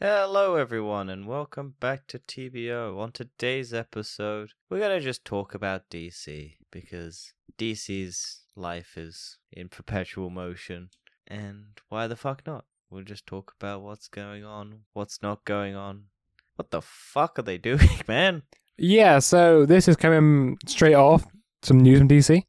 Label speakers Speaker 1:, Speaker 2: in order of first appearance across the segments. Speaker 1: Hello, everyone, and welcome back to TBO. On today's episode, we're going to just talk about DC because DC's life is in perpetual motion, and why the fuck not? We'll just talk about what's going on, what's not going on. What the fuck are they doing, man?
Speaker 2: Yeah, so this is coming straight off some news from DC.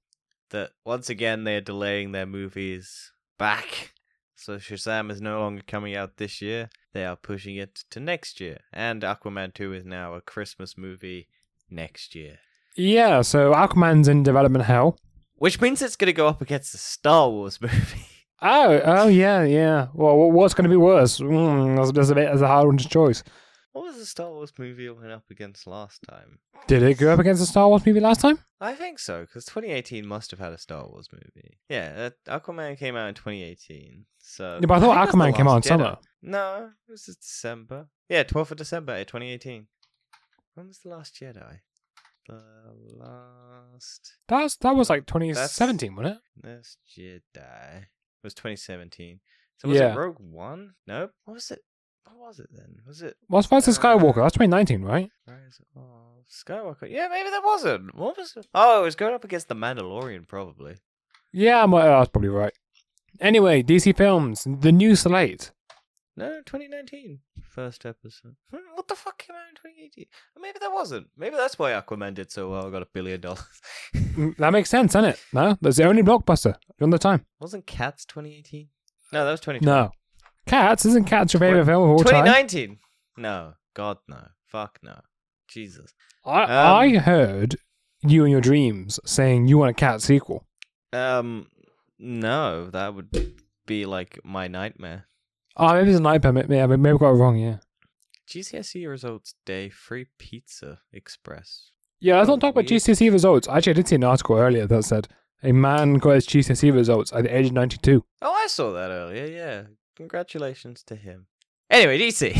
Speaker 1: That once again they're delaying their movies back. So Shazam is no longer coming out this year. They are pushing it to next year. And Aquaman 2 is now a Christmas movie next year.
Speaker 2: Yeah, so Aquaman's in development hell.
Speaker 1: Which means it's going to go up against the Star Wars movie.
Speaker 2: Oh, oh yeah, yeah. Well, wh- what's going to be worse? Mm, that's, that's a bit that's a hard one to choice.
Speaker 1: What was the Star Wars movie it went up against last time?
Speaker 2: Did it go up against the Star Wars movie last time?
Speaker 1: I think so, because 2018 must have had a Star Wars movie. Yeah, uh, Aquaman came out in 2018. So
Speaker 2: Yeah, but I
Speaker 1: think
Speaker 2: thought
Speaker 1: it was The
Speaker 2: Aquaman came out in
Speaker 1: Last Jedi.
Speaker 2: summer.
Speaker 1: No, it was just December. Yeah, 12th of December, eh, 2018. When was The Last Jedi? The Last,
Speaker 2: That's that was like 2017, wasn't it?
Speaker 1: last Jedi was 2017. So was
Speaker 2: Yeah.
Speaker 1: it Rogue One? Nope. What was it? What was it then? Was it
Speaker 2: What's Rise of
Speaker 1: Uh,
Speaker 2: Skywalker? That's 2019, right?
Speaker 1: Rise of Skywalker? Yeah, maybe that wasn't. What was it? Oh, it was going up against The Mandalorian, probably.
Speaker 2: Yeah, I'm, uh, that's probably right. Anyway, DC films, the new slate.
Speaker 1: No, 2019. First episode. Hmm, What the fuck came out in 2018? Maybe that wasn't. Maybe that's why Aquaman did so well. Got a billion dollars.
Speaker 2: Mm, That makes sense, doesn't it? No, that's the only blockbuster during the time.
Speaker 1: Wasn't Cats 2018? No, that was 2020.
Speaker 2: No, Cats isn't Cats your favorite film of all time?
Speaker 1: 2019. No, God no, fuck no, Jesus.
Speaker 2: I, I heard you in your dreams saying you want a cat sequel.
Speaker 1: Um, no, that would be like my nightmare.
Speaker 2: Oh, maybe it's a nightmare. Maybe, maybe, maybe I got it wrong, yeah.
Speaker 1: GCSE E results day, free pizza express.
Speaker 2: Yeah, let's
Speaker 1: Oh,
Speaker 2: not talk about
Speaker 1: weird.
Speaker 2: GCSE E results. Actually, I did see an article earlier that said a man got his GCSE E results at the age of 92.
Speaker 1: Oh, I saw that earlier. Yeah, congratulations to him. Anyway, DC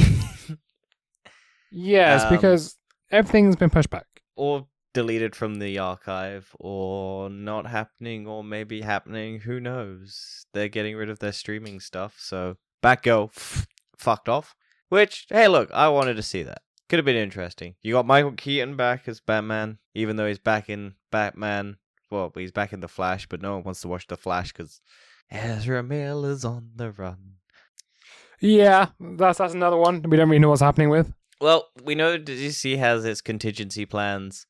Speaker 2: Yes,
Speaker 1: Um,
Speaker 2: because everything's been pushed back.
Speaker 1: or deleted from the archive, or not happening, or maybe happening. Who knows? They're getting rid of their streaming stuff, so Batgirl f- fucked off. Which, hey, look, I wanted to see that. Could have been interesting. You got Michael Keaton back as Batman, even though he's back in Batman. Well, he's back in The Flash, but no one wants to watch The Flash because Ezra Miller's on the run.
Speaker 2: Yeah, that's that's another one we don't really know what's happening with.
Speaker 1: Well, we know DC has its contingency plans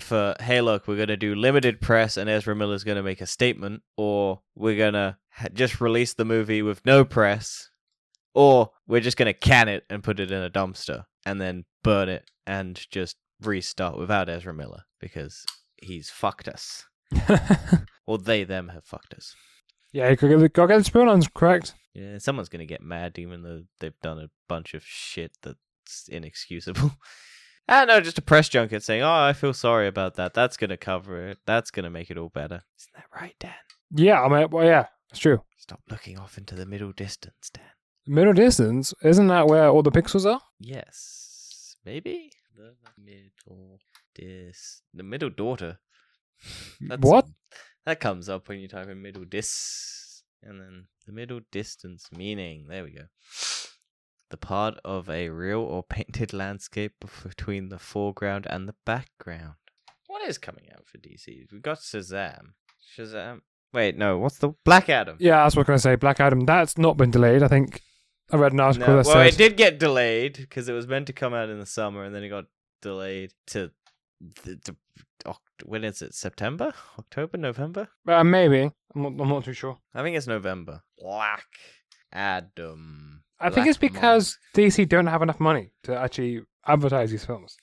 Speaker 1: for hey, look, we're going to do limited press and Ezra Miller's going to make a statement, or we're going to ha- just release the movie with no press, or we're just going to can it and put it in a dumpster and then burn it and just restart without Ezra Miller because he's fucked us. Or they, them have fucked us.
Speaker 2: yeah, you could get the, got get the spoon on, correct?
Speaker 1: Yeah, someone's going to get mad even though they've done a bunch of shit that's inexcusable. I don't know, just a press junket saying, oh, I feel sorry about that. That's going to cover it. That's going to make it all better. Isn't that right, Dan?
Speaker 2: Yeah, I mean, well, yeah, it's true.
Speaker 1: Stop looking off into the middle distance, Dan.
Speaker 2: Middle distance, isn't that where all the pixels are?
Speaker 1: Yes, maybe? The middle dis. The middle daughter.
Speaker 2: What?
Speaker 1: That comes up when you type in middle dis. And then the middle distance meaning. There we go. The part of a real or painted landscape bef- between the foreground and the background. What is coming out for DC? We've got Shazam. Shazam. Wait, no, what's the Black Adam?
Speaker 2: Yeah, that's what I was going to say. Black Adam, that's not been delayed, I think. I read an article
Speaker 1: No,
Speaker 2: that
Speaker 1: well,
Speaker 2: said.
Speaker 1: it did get delayed because it was meant to come out in the summer, and then it got delayed to the, the Oct- when is it? September, October, November?
Speaker 2: Uh, maybe. I'm not, I'm not too sure.
Speaker 1: I think it's November. Black Adam.
Speaker 2: I think
Speaker 1: Black
Speaker 2: it's because
Speaker 1: Mask.
Speaker 2: DC don't have enough money to actually advertise these films.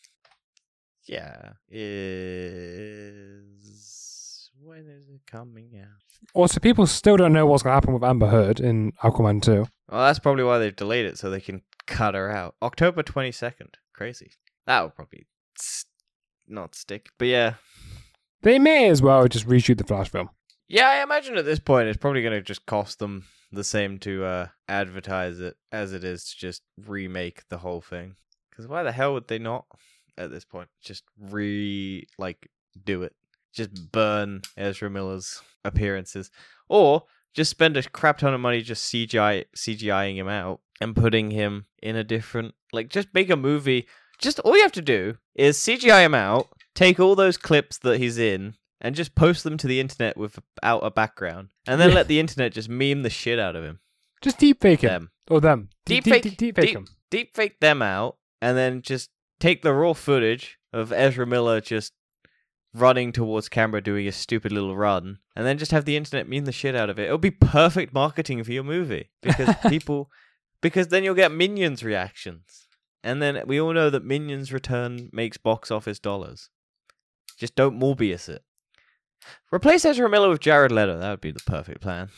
Speaker 1: yeah is when is it coming out?
Speaker 2: Also, people still don't know what's going to happen with Amber Heard in Aquaman 2.
Speaker 1: Well, that's probably why they've delayed it so they can cut her out. October twenty second. Crazy. That would probably st- not stick, but yeah.
Speaker 2: They may as well just reshoot the Flash film.
Speaker 1: Yeah, I imagine at this point it's probably going to just cost them the same to uh, advertise it as it is to just remake the whole thing. Because why the hell would they not at this point just re like do it? Just burn Ezra Miller's appearances, or just spend a crap ton of money just CGI CGIing him out and putting him in a different like just make a movie. Just all you have to do is CGI him out, take all those clips that he's in, and just post them to the internet without a background, and then
Speaker 2: Yeah.
Speaker 1: let the internet just meme the shit out of him.
Speaker 2: Just deep fake him.
Speaker 1: Them.
Speaker 2: Or them.
Speaker 1: Deep
Speaker 2: deep,
Speaker 1: fake-
Speaker 2: deep, deep fake
Speaker 1: deep-
Speaker 2: him.
Speaker 1: deep fake them out and then just take the raw footage of Ezra Miller just running towards camera doing a stupid little run and then just have the internet meme the shit out of it. It'll be perfect marketing for your movie because people because then you'll get minions reactions. And then we all know that Minions Return makes box office dollars. Just don't Morbius it. Replace Ezra Miller with Jared Leto. That would be the perfect plan.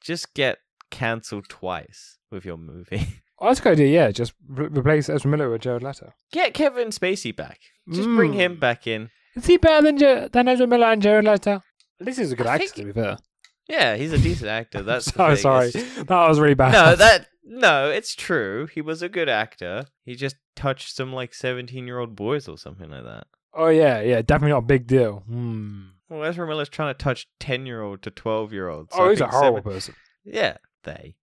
Speaker 1: Just get cancelled twice with your movie.
Speaker 2: Oh, that's a good idea, yeah. Just re- replace Ezra Miller with Jared Leto.
Speaker 1: Get Kevin Spacey back. Just bring
Speaker 2: Mm.
Speaker 1: him back in.
Speaker 2: Is he better than, Jer- than Ezra Miller and Jared Leto? At least he's a good
Speaker 1: I
Speaker 2: actor,
Speaker 1: think-
Speaker 2: to be fair.
Speaker 1: Yeah, he's a decent actor. That's the
Speaker 2: sorry,
Speaker 1: thing.
Speaker 2: sorry.
Speaker 1: It's just-
Speaker 2: That was really bad.
Speaker 1: No, that no, it's true. He was a good actor. He just touched some like seventeen-year-old boys or something like that.
Speaker 2: Oh, yeah, yeah. Definitely not a big deal. Hmm.
Speaker 1: Well, Ezra Miller's trying to touch ten-year-old to twelve-year-olds.
Speaker 2: oh, he's a horrible person.
Speaker 1: Yeah, they.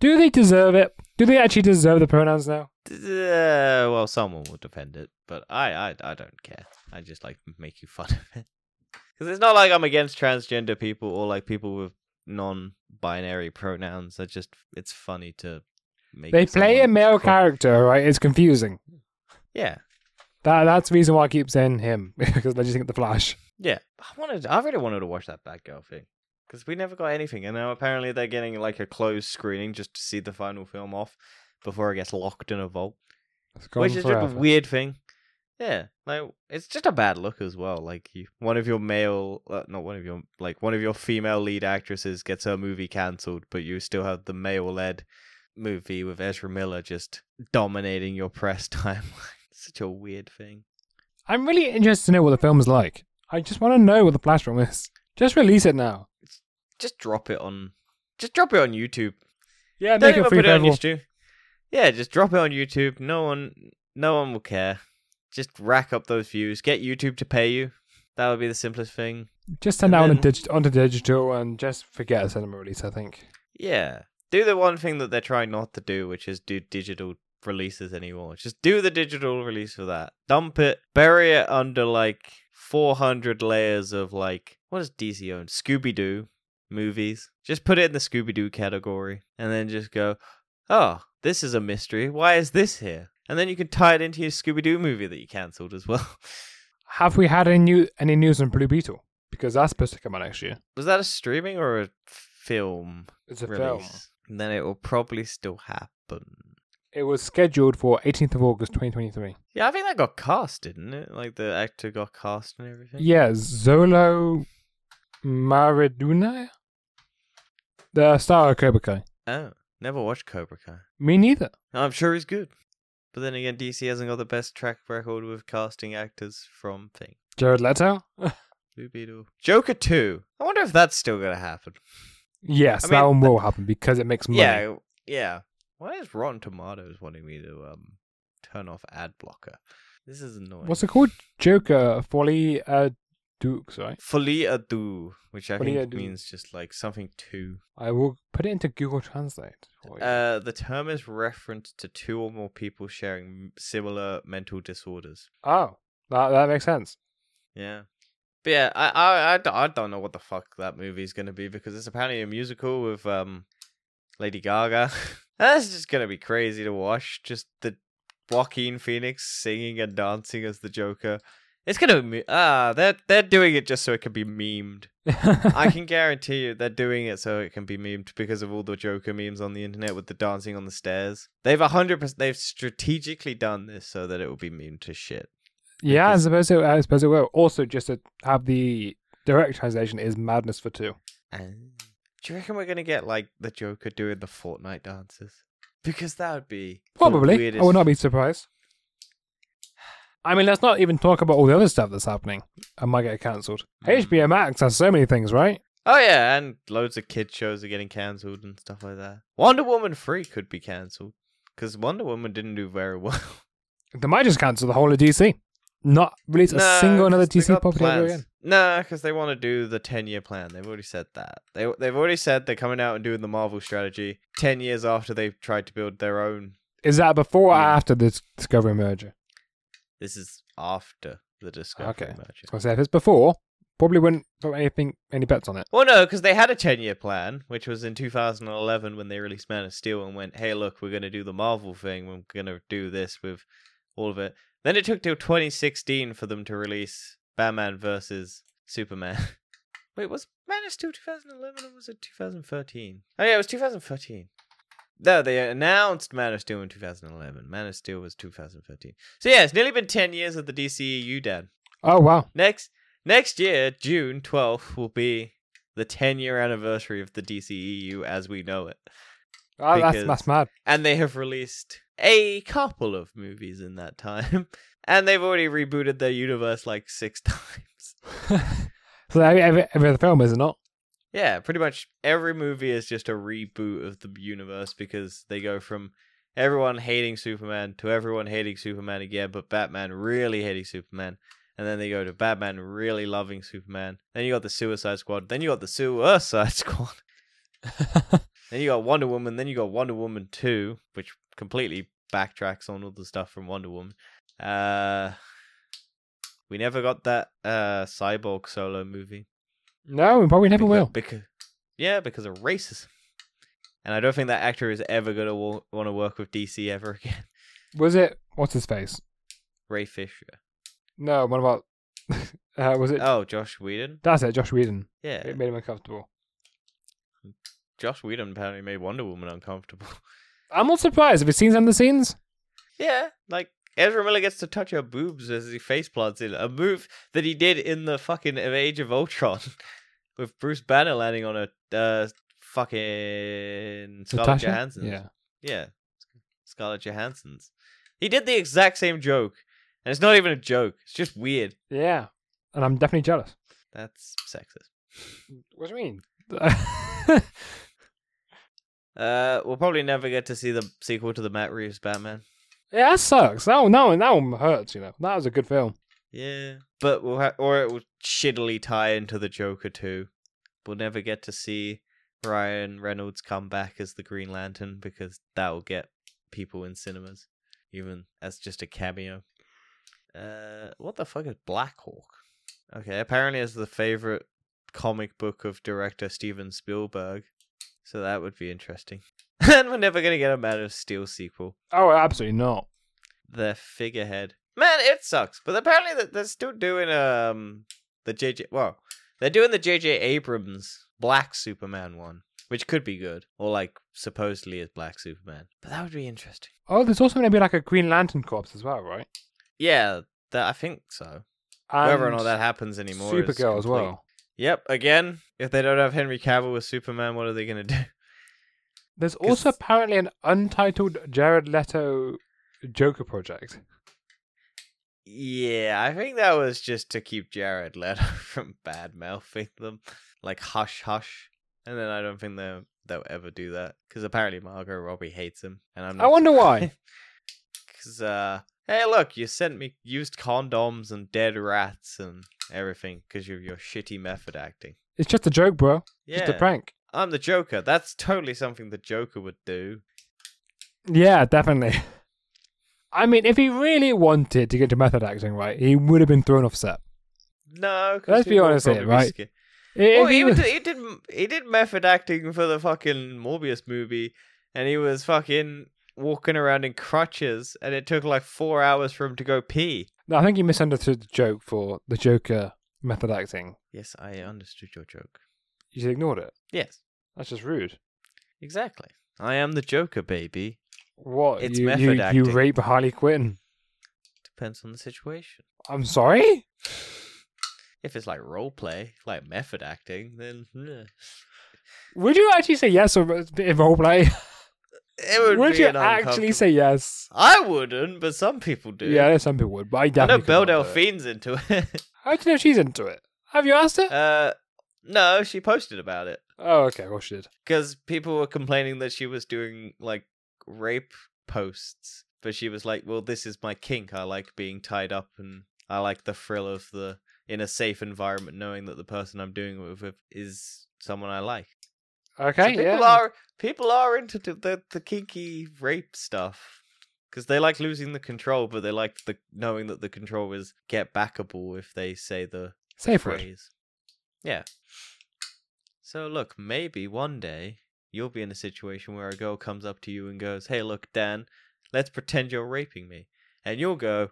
Speaker 2: Do they deserve it? Do they actually deserve the pronouns now?
Speaker 1: D- Uh, well, someone will defend it, but I, I, I don't care. I just like making fun of it because it's not like I'm against transgender people or like people with non-binary pronouns. I just it's funny to make.
Speaker 2: They play a
Speaker 1: someone
Speaker 2: male
Speaker 1: call-
Speaker 2: character, right? It's confusing.
Speaker 1: Yeah,
Speaker 2: That That's the reason why I keep saying him, because I just think of The Flash.
Speaker 1: yeah. I wanted. I really wanted to watch that Batgirl thing because we never got anything, and now apparently they're getting like a closed screening just to see the final film off before it gets locked in a vault.
Speaker 2: It's gone
Speaker 1: which is just
Speaker 2: forever.
Speaker 1: a weird thing. Yeah, like it's just a bad look as well. Like you, one of your male, uh, not one of your, like one of your female lead actresses gets her movie cancelled, but you still have the male-led movie with Ezra Miller just dominating your press timeline. Such a weird thing.
Speaker 2: I'm really interested to know what the film's like. I just want to know what the Flash film is. Just release it now.
Speaker 1: Just drop it on, just drop it on YouTube.
Speaker 2: Yeah,
Speaker 1: Don't
Speaker 2: make it
Speaker 1: even
Speaker 2: free
Speaker 1: put
Speaker 2: for
Speaker 1: it on
Speaker 2: everyone.
Speaker 1: YouTube. Yeah, just drop it on YouTube. No one, no one will care. Just rack up those views. Get YouTube to pay you. That would be the simplest thing.
Speaker 2: Just send
Speaker 1: and
Speaker 2: out on
Speaker 1: then-
Speaker 2: digi- onto digital and just forget a cinema release, I think.
Speaker 1: Yeah. Do the one thing that they're trying not to do, which is do digital releases anymore. Just do the digital release for that. Dump it, bury it under like 400 layers of like, what does DC own? Scooby Doo movies. Just put it in the Scooby Doo category and then just go, oh, this is a mystery. Why is this here? And then you can tie it into your Scooby Doo movie that you cancelled as well.
Speaker 2: Have we had any, new- any news on Blue Beetle? Because that's supposed to come out next year.
Speaker 1: Was that a streaming or a film
Speaker 2: It's a film.
Speaker 1: release? Then it will probably still happen.
Speaker 2: It was scheduled for 18th of August 2023.
Speaker 1: Yeah, I think that got cast, didn't it? Like the actor got cast and everything.
Speaker 2: Yeah, Zolo Maradona? The star of Cobra Kai.
Speaker 1: Oh, never watched Cobra Kai.
Speaker 2: Me neither.
Speaker 1: I'm sure he's good, but then again, DC hasn't got the best track record with casting actors from thing.
Speaker 2: Jared Leto?
Speaker 1: Blue Beetle, Joker two. I wonder if that's still gonna happen.
Speaker 2: yes,
Speaker 1: I
Speaker 2: that
Speaker 1: mean,
Speaker 2: one will happen because it makes money.
Speaker 1: Yeah, yeah. Why is Rotten Tomatoes wanting me to um turn off ad blocker? This is annoying.
Speaker 2: What's it called? Joker Folly uh, Dukes, right?
Speaker 1: Folie à deux, which I
Speaker 2: Folie à
Speaker 1: think
Speaker 2: deux.
Speaker 1: means just like something too
Speaker 2: I will put it into Google Translate. for you.
Speaker 1: Uh, the term is referenced to two or more people sharing m- similar mental disorders.
Speaker 2: oh, that, that makes sense.
Speaker 1: Yeah. But yeah, I, I, I, d- I don't know what the fuck that movie's going to be because it's apparently a musical with um Lady Gaga. That's just going to be crazy to watch. Just the Joaquin Phoenix singing and dancing as the Joker. It's going to be. Ah, they're, they're doing it just so it can be memed. I can guarantee you they're doing it so it can be memed because of all the Joker memes on the internet with the dancing on the stairs. They've 100% they've strategically done this so that it will be memed to shit.
Speaker 2: yeah, I
Speaker 1: because-
Speaker 2: suppose, it, I suppose it will. Also, just to have the direct translation is Madness for Two.
Speaker 1: And do you reckon we're going to get like the Joker doing the Fortnite dances? Because that would be the
Speaker 2: Probably. I
Speaker 1: weirdest-
Speaker 2: would not be surprised. I mean, let's not even talk about all the other stuff that's happening. I might get cancelled.
Speaker 1: Mm.
Speaker 2: HBO Max has so many things, right?
Speaker 1: Oh yeah, and loads of kid shows are getting cancelled and stuff like that. Wonder Woman 3 could be cancelled cuz Wonder Woman didn't do very well.
Speaker 2: They might just cancel the whole of DC. not release
Speaker 1: No,
Speaker 2: a single another
Speaker 1: 'cause they
Speaker 2: DC
Speaker 1: got
Speaker 2: property ever
Speaker 1: plans.
Speaker 2: again.
Speaker 1: No, because they want to do the ten-year plan. They've already said that. They they've already said they're coming out and doing the Marvel strategy ten years after they've tried to build their own.
Speaker 2: Is that before or
Speaker 1: Yeah.
Speaker 2: after the Discovery merger?
Speaker 1: This is after the Discovery
Speaker 2: Okay.
Speaker 1: merger.
Speaker 2: I was gonna say if it's before, probably wouldn't put anything any bets on it.
Speaker 1: Well, no, because they had a 10 year plan, which was in 2011 when they released Man of Steel and went, hey, look, we're going to do the Marvel thing. We're going to do this with all of it. Then it took till 2016 for them to release Batman versus Superman. Wait, was Man of Steel 2011 or was it 2013? Oh, yeah, it was 2013. No, they announced Man of Steel in 2011. Man of Steel was 2013. So, yeah, it's nearly been 10 years of the DCEU, Dan.
Speaker 2: Oh wow.
Speaker 1: Next next year, June 12th, will be the 10 year anniversary of the DCEU as we know it.
Speaker 2: Oh, that's
Speaker 1: Because-
Speaker 2: that's mad.
Speaker 1: And they have released a couple of movies in that time. And they've already rebooted their universe like six times.
Speaker 2: So every, every, every other film is it not?
Speaker 1: Yeah, pretty much every movie is just a reboot of the universe because they go from everyone hating Superman to everyone hating Superman again, but Batman really hating Superman. And then they go to Batman really loving Superman. Then you got the Suicide Squad. Then you got the Suicide Squad. then you got Wonder Woman. Then you got Wonder Woman 2, which completely backtracks on all the stuff from Wonder Woman. Uh, we never got that uh, Cyborg solo movie.
Speaker 2: No, we probably never
Speaker 1: Becau-
Speaker 2: will.
Speaker 1: Because, yeah, because of racism. And I don't think that actor is ever going to wa- want to work with DC ever again.
Speaker 2: Was it what's his face?
Speaker 1: Ray Fisher.
Speaker 2: No, what about uh, was it
Speaker 1: Oh, Josh Whedon?
Speaker 2: that's it, Josh Whedon.
Speaker 1: Yeah.
Speaker 2: It made him uncomfortable.
Speaker 1: Josh Whedon apparently made Wonder Woman uncomfortable.
Speaker 2: I'm not surprised. Have you seen some of the scenes?
Speaker 1: yeah, like Ezra Miller gets to touch her boobs as he face plants in a move that he did in the fucking Age of Ultron with Bruce Banner landing on a uh, fucking Scarlett
Speaker 2: Natasha?
Speaker 1: Johansson.
Speaker 2: Yeah.
Speaker 1: Yeah. Scarlett Johansson's. He did the exact same joke. And it's not even a joke. It's just weird.
Speaker 2: Yeah. And I'm definitely jealous.
Speaker 1: That's sexist.
Speaker 2: What do you mean?
Speaker 1: Uh, we'll probably never get to see the sequel to the Matt Reeves Batman.
Speaker 2: yeah, that sucks. That one, that one, that one hurts, you know. That was a good film.
Speaker 1: Yeah. But we'll ha- or it will shittily tie into the Joker too. We'll never get to see Ryan Reynolds come back as the Green Lantern because that will get people in cinemas, even as just a cameo. Uh, what the fuck is Black Hawk? Okay, apparently it's the favorite comic book of director Steven Spielberg, so that would be interesting. and we're never gonna get a Man of Steel sequel
Speaker 2: Oh, absolutely not.
Speaker 1: their figurehead. Man, it sucks. But apparently that they're still doing um the JJ. Well, they're doing the JJ Abrams Black Superman one, which could be good, or like supposedly is Black Superman. But that would be interesting.
Speaker 2: Oh, there's also going to be like a Green Lantern corpse as well, right?
Speaker 1: Yeah, that I think so.
Speaker 2: And
Speaker 1: Whether or not that happens anymore. is
Speaker 2: Supergirl as
Speaker 1: complete-
Speaker 2: well.
Speaker 1: Yep. Again, if they don't have Henry Cavill as Superman, what are they gonna do?
Speaker 2: There's also apparently an untitled Jared Leto Joker project.
Speaker 1: Yeah, I think that was just to keep Jared Leto from bad mouthing them, like hush hush. And then I don't think they'll they'll ever do that because apparently Margot Robbie hates him, and I'm.
Speaker 2: I wonder why.
Speaker 1: Because uh, hey, look, you sent me used condoms and dead rats and everything because of your shitty method acting.
Speaker 2: It's just a joke, bro.
Speaker 1: Yeah,
Speaker 2: Just a prank.
Speaker 1: I'm the Joker. That's totally something the Joker would do.
Speaker 2: Yeah, definitely. I mean, if he really wanted to get to method acting, right, he would have been thrown off set.
Speaker 1: No, 'cause
Speaker 2: Let's be
Speaker 1: people would
Speaker 2: honest here,
Speaker 1: probably be
Speaker 2: right?
Speaker 1: scared.
Speaker 2: If
Speaker 1: Well,
Speaker 2: he
Speaker 1: he,
Speaker 2: was-
Speaker 1: did, he did he did method acting for the fucking Morbius movie, and he was fucking walking around in crutches, and it took like four hours for him to go pee.
Speaker 2: No, I think you misunderstood the joke for the Joker method acting.
Speaker 1: Yes, I understood your joke.
Speaker 2: You just ignored it.
Speaker 1: Yes,
Speaker 2: That's just rude.
Speaker 1: exactly. I am the Joker, baby.
Speaker 2: What?
Speaker 1: It's
Speaker 2: you,
Speaker 1: method
Speaker 2: you,
Speaker 1: acting.
Speaker 2: You rape Harley Quinn.
Speaker 1: Depends on the situation.
Speaker 2: I'm sorry?
Speaker 1: If it's like role play, like method acting, then yeah.
Speaker 2: Would you actually say yes or if role play?
Speaker 1: it would, be
Speaker 2: you
Speaker 1: an
Speaker 2: actually
Speaker 1: uncomfortable-
Speaker 2: say yes?
Speaker 1: I wouldn't, but some people do.
Speaker 2: Yeah, some people would, but I
Speaker 1: I know
Speaker 2: definitely.
Speaker 1: Belle
Speaker 2: could not do it.
Speaker 1: Delphine's into it.
Speaker 2: How do you know she's into it? Have you asked her?
Speaker 1: uh, no, she posted about it.
Speaker 2: oh, okay. Well, she did.
Speaker 1: because people were complaining that she was doing like rape posts, but she was like, "Well, this is my kink. I like being tied up and I like the thrill of the in a safe environment, knowing that the person I'm doing it with is someone I like. So
Speaker 2: Okay,
Speaker 1: people
Speaker 2: yeah.
Speaker 1: are people are into the the, the kinky rape stuff because they like losing the control, but they like the knowing that the control is get backable if they say the
Speaker 2: Safe word.
Speaker 1: phrase. Yeah. So look, maybe one day you'll be in a situation where a girl comes up to you and goes, "Hey, look, Dan, let's pretend you're raping me," and you'll go,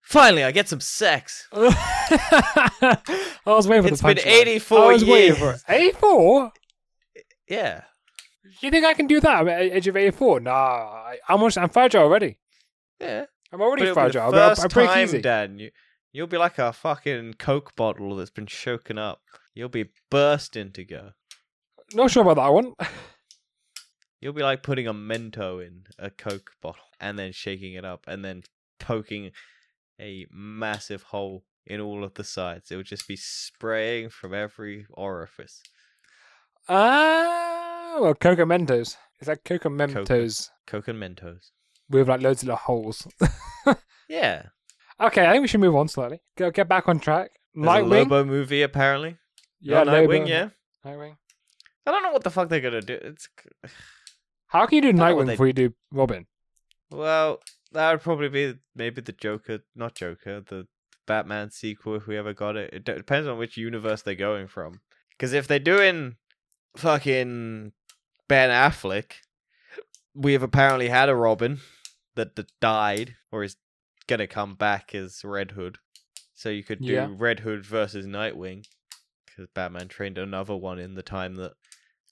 Speaker 1: "Finally, I get some sex."
Speaker 2: I was waiting for
Speaker 1: It's
Speaker 2: the
Speaker 1: been
Speaker 2: punchline.
Speaker 1: 84
Speaker 2: I was waiting for
Speaker 1: years.
Speaker 2: it. 84?
Speaker 1: Yeah.
Speaker 2: You think I can do that? I'm at the age of 84? Nah, I, I'm, almost, I'm fragile already.
Speaker 1: Yeah.
Speaker 2: I'm already
Speaker 1: But it'll be
Speaker 2: fragile.
Speaker 1: The
Speaker 2: I'm-
Speaker 1: first
Speaker 2: I'm, break
Speaker 1: time,
Speaker 2: easy.
Speaker 1: Dan, you, you'll be like a fucking Coke bottle that's been choking up. You'll be bursting to go.
Speaker 2: Not sure about that one.
Speaker 1: You'll be like putting a Mento in a Coke bottle and then shaking it up and then poking a massive hole in all of the sides. It would just be spraying from every orifice.
Speaker 2: Ah, well, Coca Mentos. Is that Coca Mentos
Speaker 1: Coke and Mentos.
Speaker 2: with like loads of little holes?
Speaker 1: Yeah.
Speaker 2: okay, I think we should move on slightly. Go get back on track.
Speaker 1: There's a
Speaker 2: Nightwing.
Speaker 1: Lobo movie, apparently.
Speaker 2: yeah,
Speaker 1: Not Nightwing,
Speaker 2: Lobo.
Speaker 1: yeah.
Speaker 2: Nightwing.
Speaker 1: I don't know what the fuck they're going to do. It's
Speaker 2: How can you do
Speaker 1: know what
Speaker 2: Nightwing
Speaker 1: they-
Speaker 2: before you do Robin?
Speaker 1: Well, that would probably be maybe the Joker, not Joker, the Batman sequel if we ever got it. It d- depends on which universe they're going from. Because if they're doing fucking Ben Affleck, we have apparently had a Robin that, that died or is gonna come back as Red Hood. So you could do
Speaker 2: Yeah.
Speaker 1: Red Hood versus Nightwing because Batman trained another one in the time that,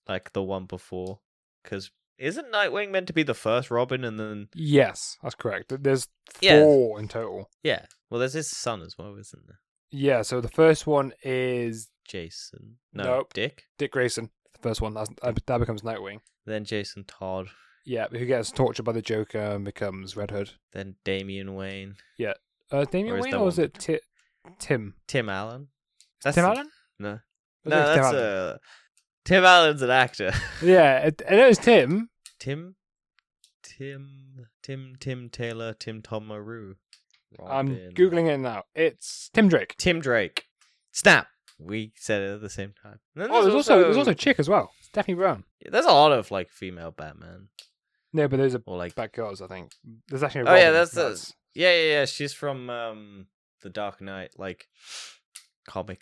Speaker 1: like the one before. Because isn't Nightwing meant to be the first Robin and then
Speaker 2: Yes, that's correct. There's
Speaker 1: Yes.
Speaker 2: four in total.
Speaker 1: Yeah. Well, there's his son as well, isn't there?
Speaker 2: Yeah, so the first one is
Speaker 1: Jason. No,
Speaker 2: Nope.
Speaker 1: Dick.
Speaker 2: Dick Grayson. The first one that's, that becomes Nightwing.
Speaker 1: Then Jason Todd.
Speaker 2: Yeah, who gets tortured by the Joker and becomes Red Hood.
Speaker 1: Then Damian Wayne.
Speaker 2: Uh,
Speaker 1: Or
Speaker 2: Damian
Speaker 1: is
Speaker 2: Wayne
Speaker 1: that
Speaker 2: or was
Speaker 1: one-
Speaker 2: it Ti- Tim?
Speaker 1: Tim Allen. That's
Speaker 2: Tim Allen?
Speaker 1: No.
Speaker 2: I
Speaker 1: No,
Speaker 2: think it's
Speaker 1: that's
Speaker 2: Tim Allen.
Speaker 1: uh, Tim Allen's an actor.
Speaker 2: Yeah, it, I know it's Tim.
Speaker 1: Tim. Tim. Tim. Tim Taylor. Tim Tom Maru. Oh,
Speaker 2: I'm
Speaker 1: Robin.
Speaker 2: googling it now. It's Tim Drake.
Speaker 1: Tim Drake. Snap. We said it at the same time. And then
Speaker 2: Oh, there's also there's also a chick as well. Stephanie Brown.
Speaker 1: there's a lot of like female Batman
Speaker 2: No, but those are
Speaker 1: or like
Speaker 2: back girls. I think there's actually. A
Speaker 1: Oh, yeah,
Speaker 2: Robin.
Speaker 1: that's the- Yeah, yeah, yeah. She's from um the Dark Knight, like comic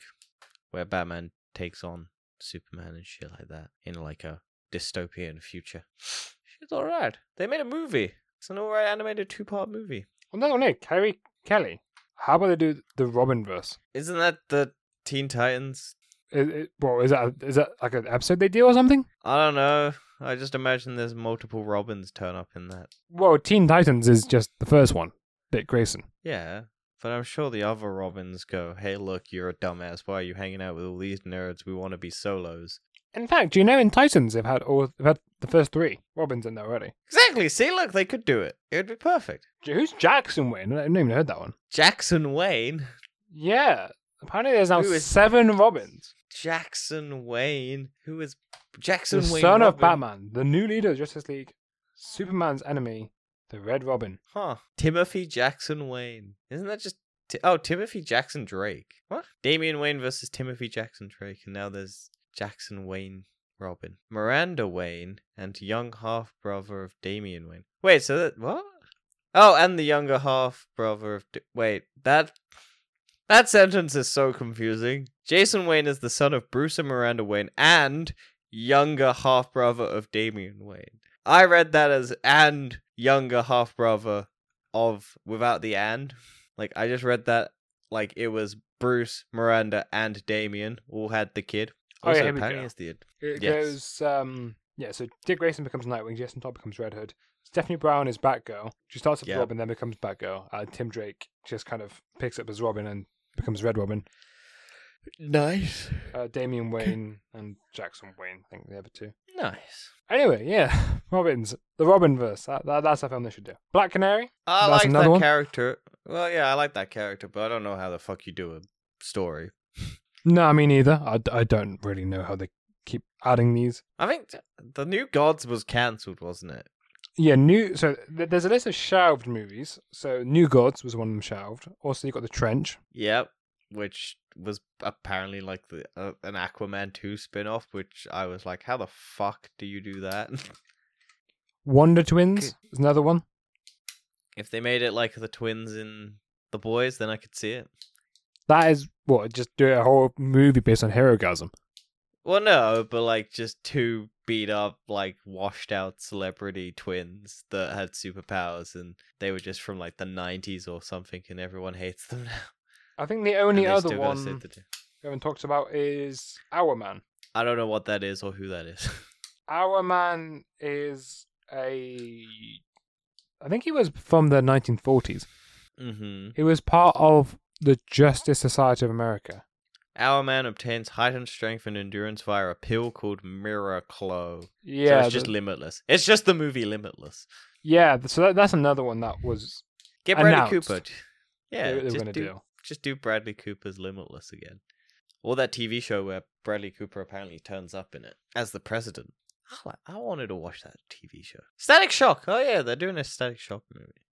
Speaker 1: where Batman takes on Superman and shit like that in like a dystopian future. She's alright. They made a movie. It's an alright animated two part movie.
Speaker 2: Well, no, no, Carrie Kelly. How about they do the Robin verse?
Speaker 1: Isn't that the Teen Titans?
Speaker 2: Is, it, well, is that is that like an episode they do or something?
Speaker 1: I don't know. I just imagine there's multiple Robins turn up in that.
Speaker 2: Well, Teen Titans is just the first one. Dick Grayson.
Speaker 1: Yeah. But I'm sure the other Robins go, hey, look, you're a dumbass. Why are you hanging out with all these nerds? We want to be solos.
Speaker 2: In fact, do you know in Titans they've had all they've had the first three Robins in there already.
Speaker 1: Exactly. See, look, they could do it. It would be perfect.
Speaker 2: Who's Jackson Wayne? I've never even heard that one.
Speaker 1: Jackson Wayne.
Speaker 2: Yeah, apparently there's now
Speaker 1: Who is-
Speaker 2: seven Robins.
Speaker 1: Jackson Wayne. Who is Jackson
Speaker 2: The
Speaker 1: Wayne?
Speaker 2: son of
Speaker 1: Robin?
Speaker 2: Batman, the new leader of Justice League, Superman's enemy, the Red Robin.
Speaker 1: Huh. Timothy Jackson Wayne. Isn't that just. Ti- oh, Timothy Jackson Drake. What? Damian Wayne versus Timothy Jackson Drake. And now there's Jackson Wayne Robin. Miranda Wayne and young half brother of Damian Wayne. Wait, so that. What? Oh, and the younger half brother of. D- Wait, that. That sentence is so confusing. Jason Wayne is the son of Bruce and Miranda Wayne and younger half brother of Damian Wayne. I read that as and younger half brother of without the and. Like I just read that like it was Bruce, Miranda, and Damien all had the kid.
Speaker 2: Oh, yeah,
Speaker 1: Also,
Speaker 2: here we
Speaker 1: Penny
Speaker 2: go.
Speaker 1: is the
Speaker 2: It
Speaker 1: Yes.
Speaker 2: goes, um, yeah. So Dick Grayson becomes Nightwing. Jason Todd becomes Red Hood. Stephanie Brown is Batgirl. She starts off as
Speaker 1: Yeah.
Speaker 2: Robin, then becomes Batgirl. Uh, Tim Drake just kind of picks up as Robin and becomes Red Robin.
Speaker 1: nice,
Speaker 2: Uh, Damian Wayne and Jackson Wayne, I think the other two.
Speaker 1: nice.
Speaker 2: Anyway, yeah, Robins, the Robin verse. That, that, that's a film they should do. Black Canary.
Speaker 1: I
Speaker 2: That's
Speaker 1: like
Speaker 2: another
Speaker 1: that
Speaker 2: one?
Speaker 1: character. Well, yeah, I like that character, but I don't know how the fuck you do a story.
Speaker 2: No, me neither. I, d- I don't really know how they keep adding these.
Speaker 1: I think th- the New Gods was cancelled, wasn't it?
Speaker 2: Yeah, new. So th- there's a list of shelved movies. So New Gods was one of them shelved. Also, you got The Trench.
Speaker 1: Yep, which was apparently like the, uh, an Aquaman 2 spin-off which I was like how the fuck do you do that?
Speaker 2: Wonder Twins is another one.
Speaker 1: if they made it like the twins in The Boys then I could see it.
Speaker 2: That is what just do a whole movie based on heroism.
Speaker 1: Well no, but like just two beat up like washed out celebrity twins that had superpowers and they were just from like the 90s or something and everyone hates them now.
Speaker 2: I think the
Speaker 1: And
Speaker 2: only
Speaker 1: they
Speaker 2: other
Speaker 1: still gotta save
Speaker 2: one
Speaker 1: the day.
Speaker 2: we haven't talked about is Our Man.
Speaker 1: I don't know what that is or who that is.
Speaker 2: Our Man is a. I think he was from the 1940s.
Speaker 1: mhm.
Speaker 2: He was part of the Justice Society of America.
Speaker 1: Our man obtains heightened strength and endurance via a pill called Miraclo.
Speaker 2: Yeah,
Speaker 1: so it's just
Speaker 2: the-
Speaker 1: Limitless. It's just the movie Limitless.
Speaker 2: yeah. So that, that's another one that was
Speaker 1: Get Bradley
Speaker 2: Announced.
Speaker 1: Cooper. Yeah,
Speaker 2: they, they were
Speaker 1: just
Speaker 2: going to
Speaker 1: do,
Speaker 2: do.
Speaker 1: just do Bradley Cooper's Limitless again, or that TV show where Bradley Cooper apparently turns up in it as the president. I, like, I wanted to watch that TV show. Static Shock. Oh yeah, they're doing a Static Shock movie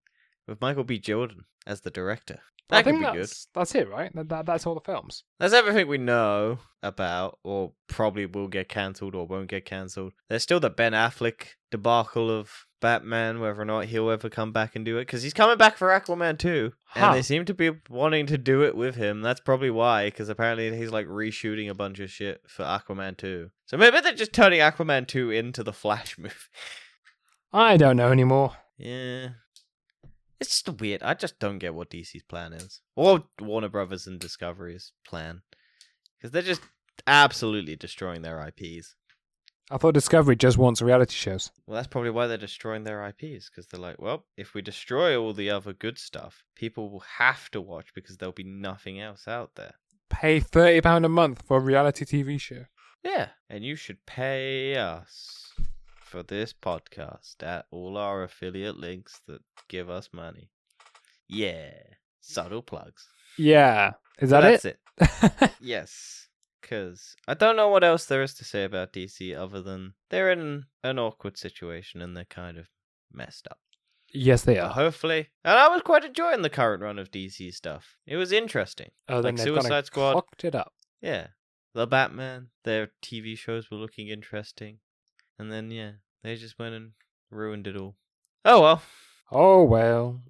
Speaker 1: with Michael B. Jordan as the director.
Speaker 2: I
Speaker 1: That could
Speaker 2: think
Speaker 1: be good.
Speaker 2: that's that's it, right? That, that, that's all the films.
Speaker 1: That's everything we know about, or probably will get cancelled or won't get cancelled. There's still the Ben Affleck debacle of Batman, whether or not he'll ever come back and do it, because he's coming back for Aquaman 2.
Speaker 2: Huh.
Speaker 1: And they seem to be wanting to do it with him. That's probably why, because apparently he's like reshooting a bunch of shit for Aquaman 2. So maybe they're just turning Aquaman 2 into the Flash movie.
Speaker 2: I don't know anymore.
Speaker 1: yeah. It's just weird. I just don't get what DC's plan is, or Warner Brothers and Discovery's plan, because they're just absolutely destroying their IPs.
Speaker 2: I thought Discovery just wants reality shows.
Speaker 1: Well, that's probably why they're destroying their IPs, because they're like, well, if we destroy all the other good stuff, people will have to watch because there'll be nothing else out there.
Speaker 2: Pay thirty pound a month for a reality TV show.
Speaker 1: Yeah, and you should pay us for this podcast at all our affiliate links that give us money. Yeah, subtle plugs.
Speaker 2: Yeah, is that
Speaker 1: That's
Speaker 2: it?
Speaker 1: it. Yes. Because I don't know what else there is to say about DC other than they're in an awkward situation and they're kind of messed up.
Speaker 2: yes, they
Speaker 1: But
Speaker 2: are.
Speaker 1: hopefully. And I was quite enjoying the current run of DC stuff. It was interesting.
Speaker 2: Oh, then
Speaker 1: like
Speaker 2: they've kinda
Speaker 1: Suicide Squad.
Speaker 2: cocked it up.
Speaker 1: Yeah. The Batman, their TV shows were looking interesting. And then, yeah, they just went and ruined it all. Oh well.
Speaker 2: Oh well.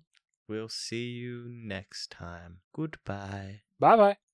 Speaker 1: We'll see you next time. Goodbye.
Speaker 2: Bye bye.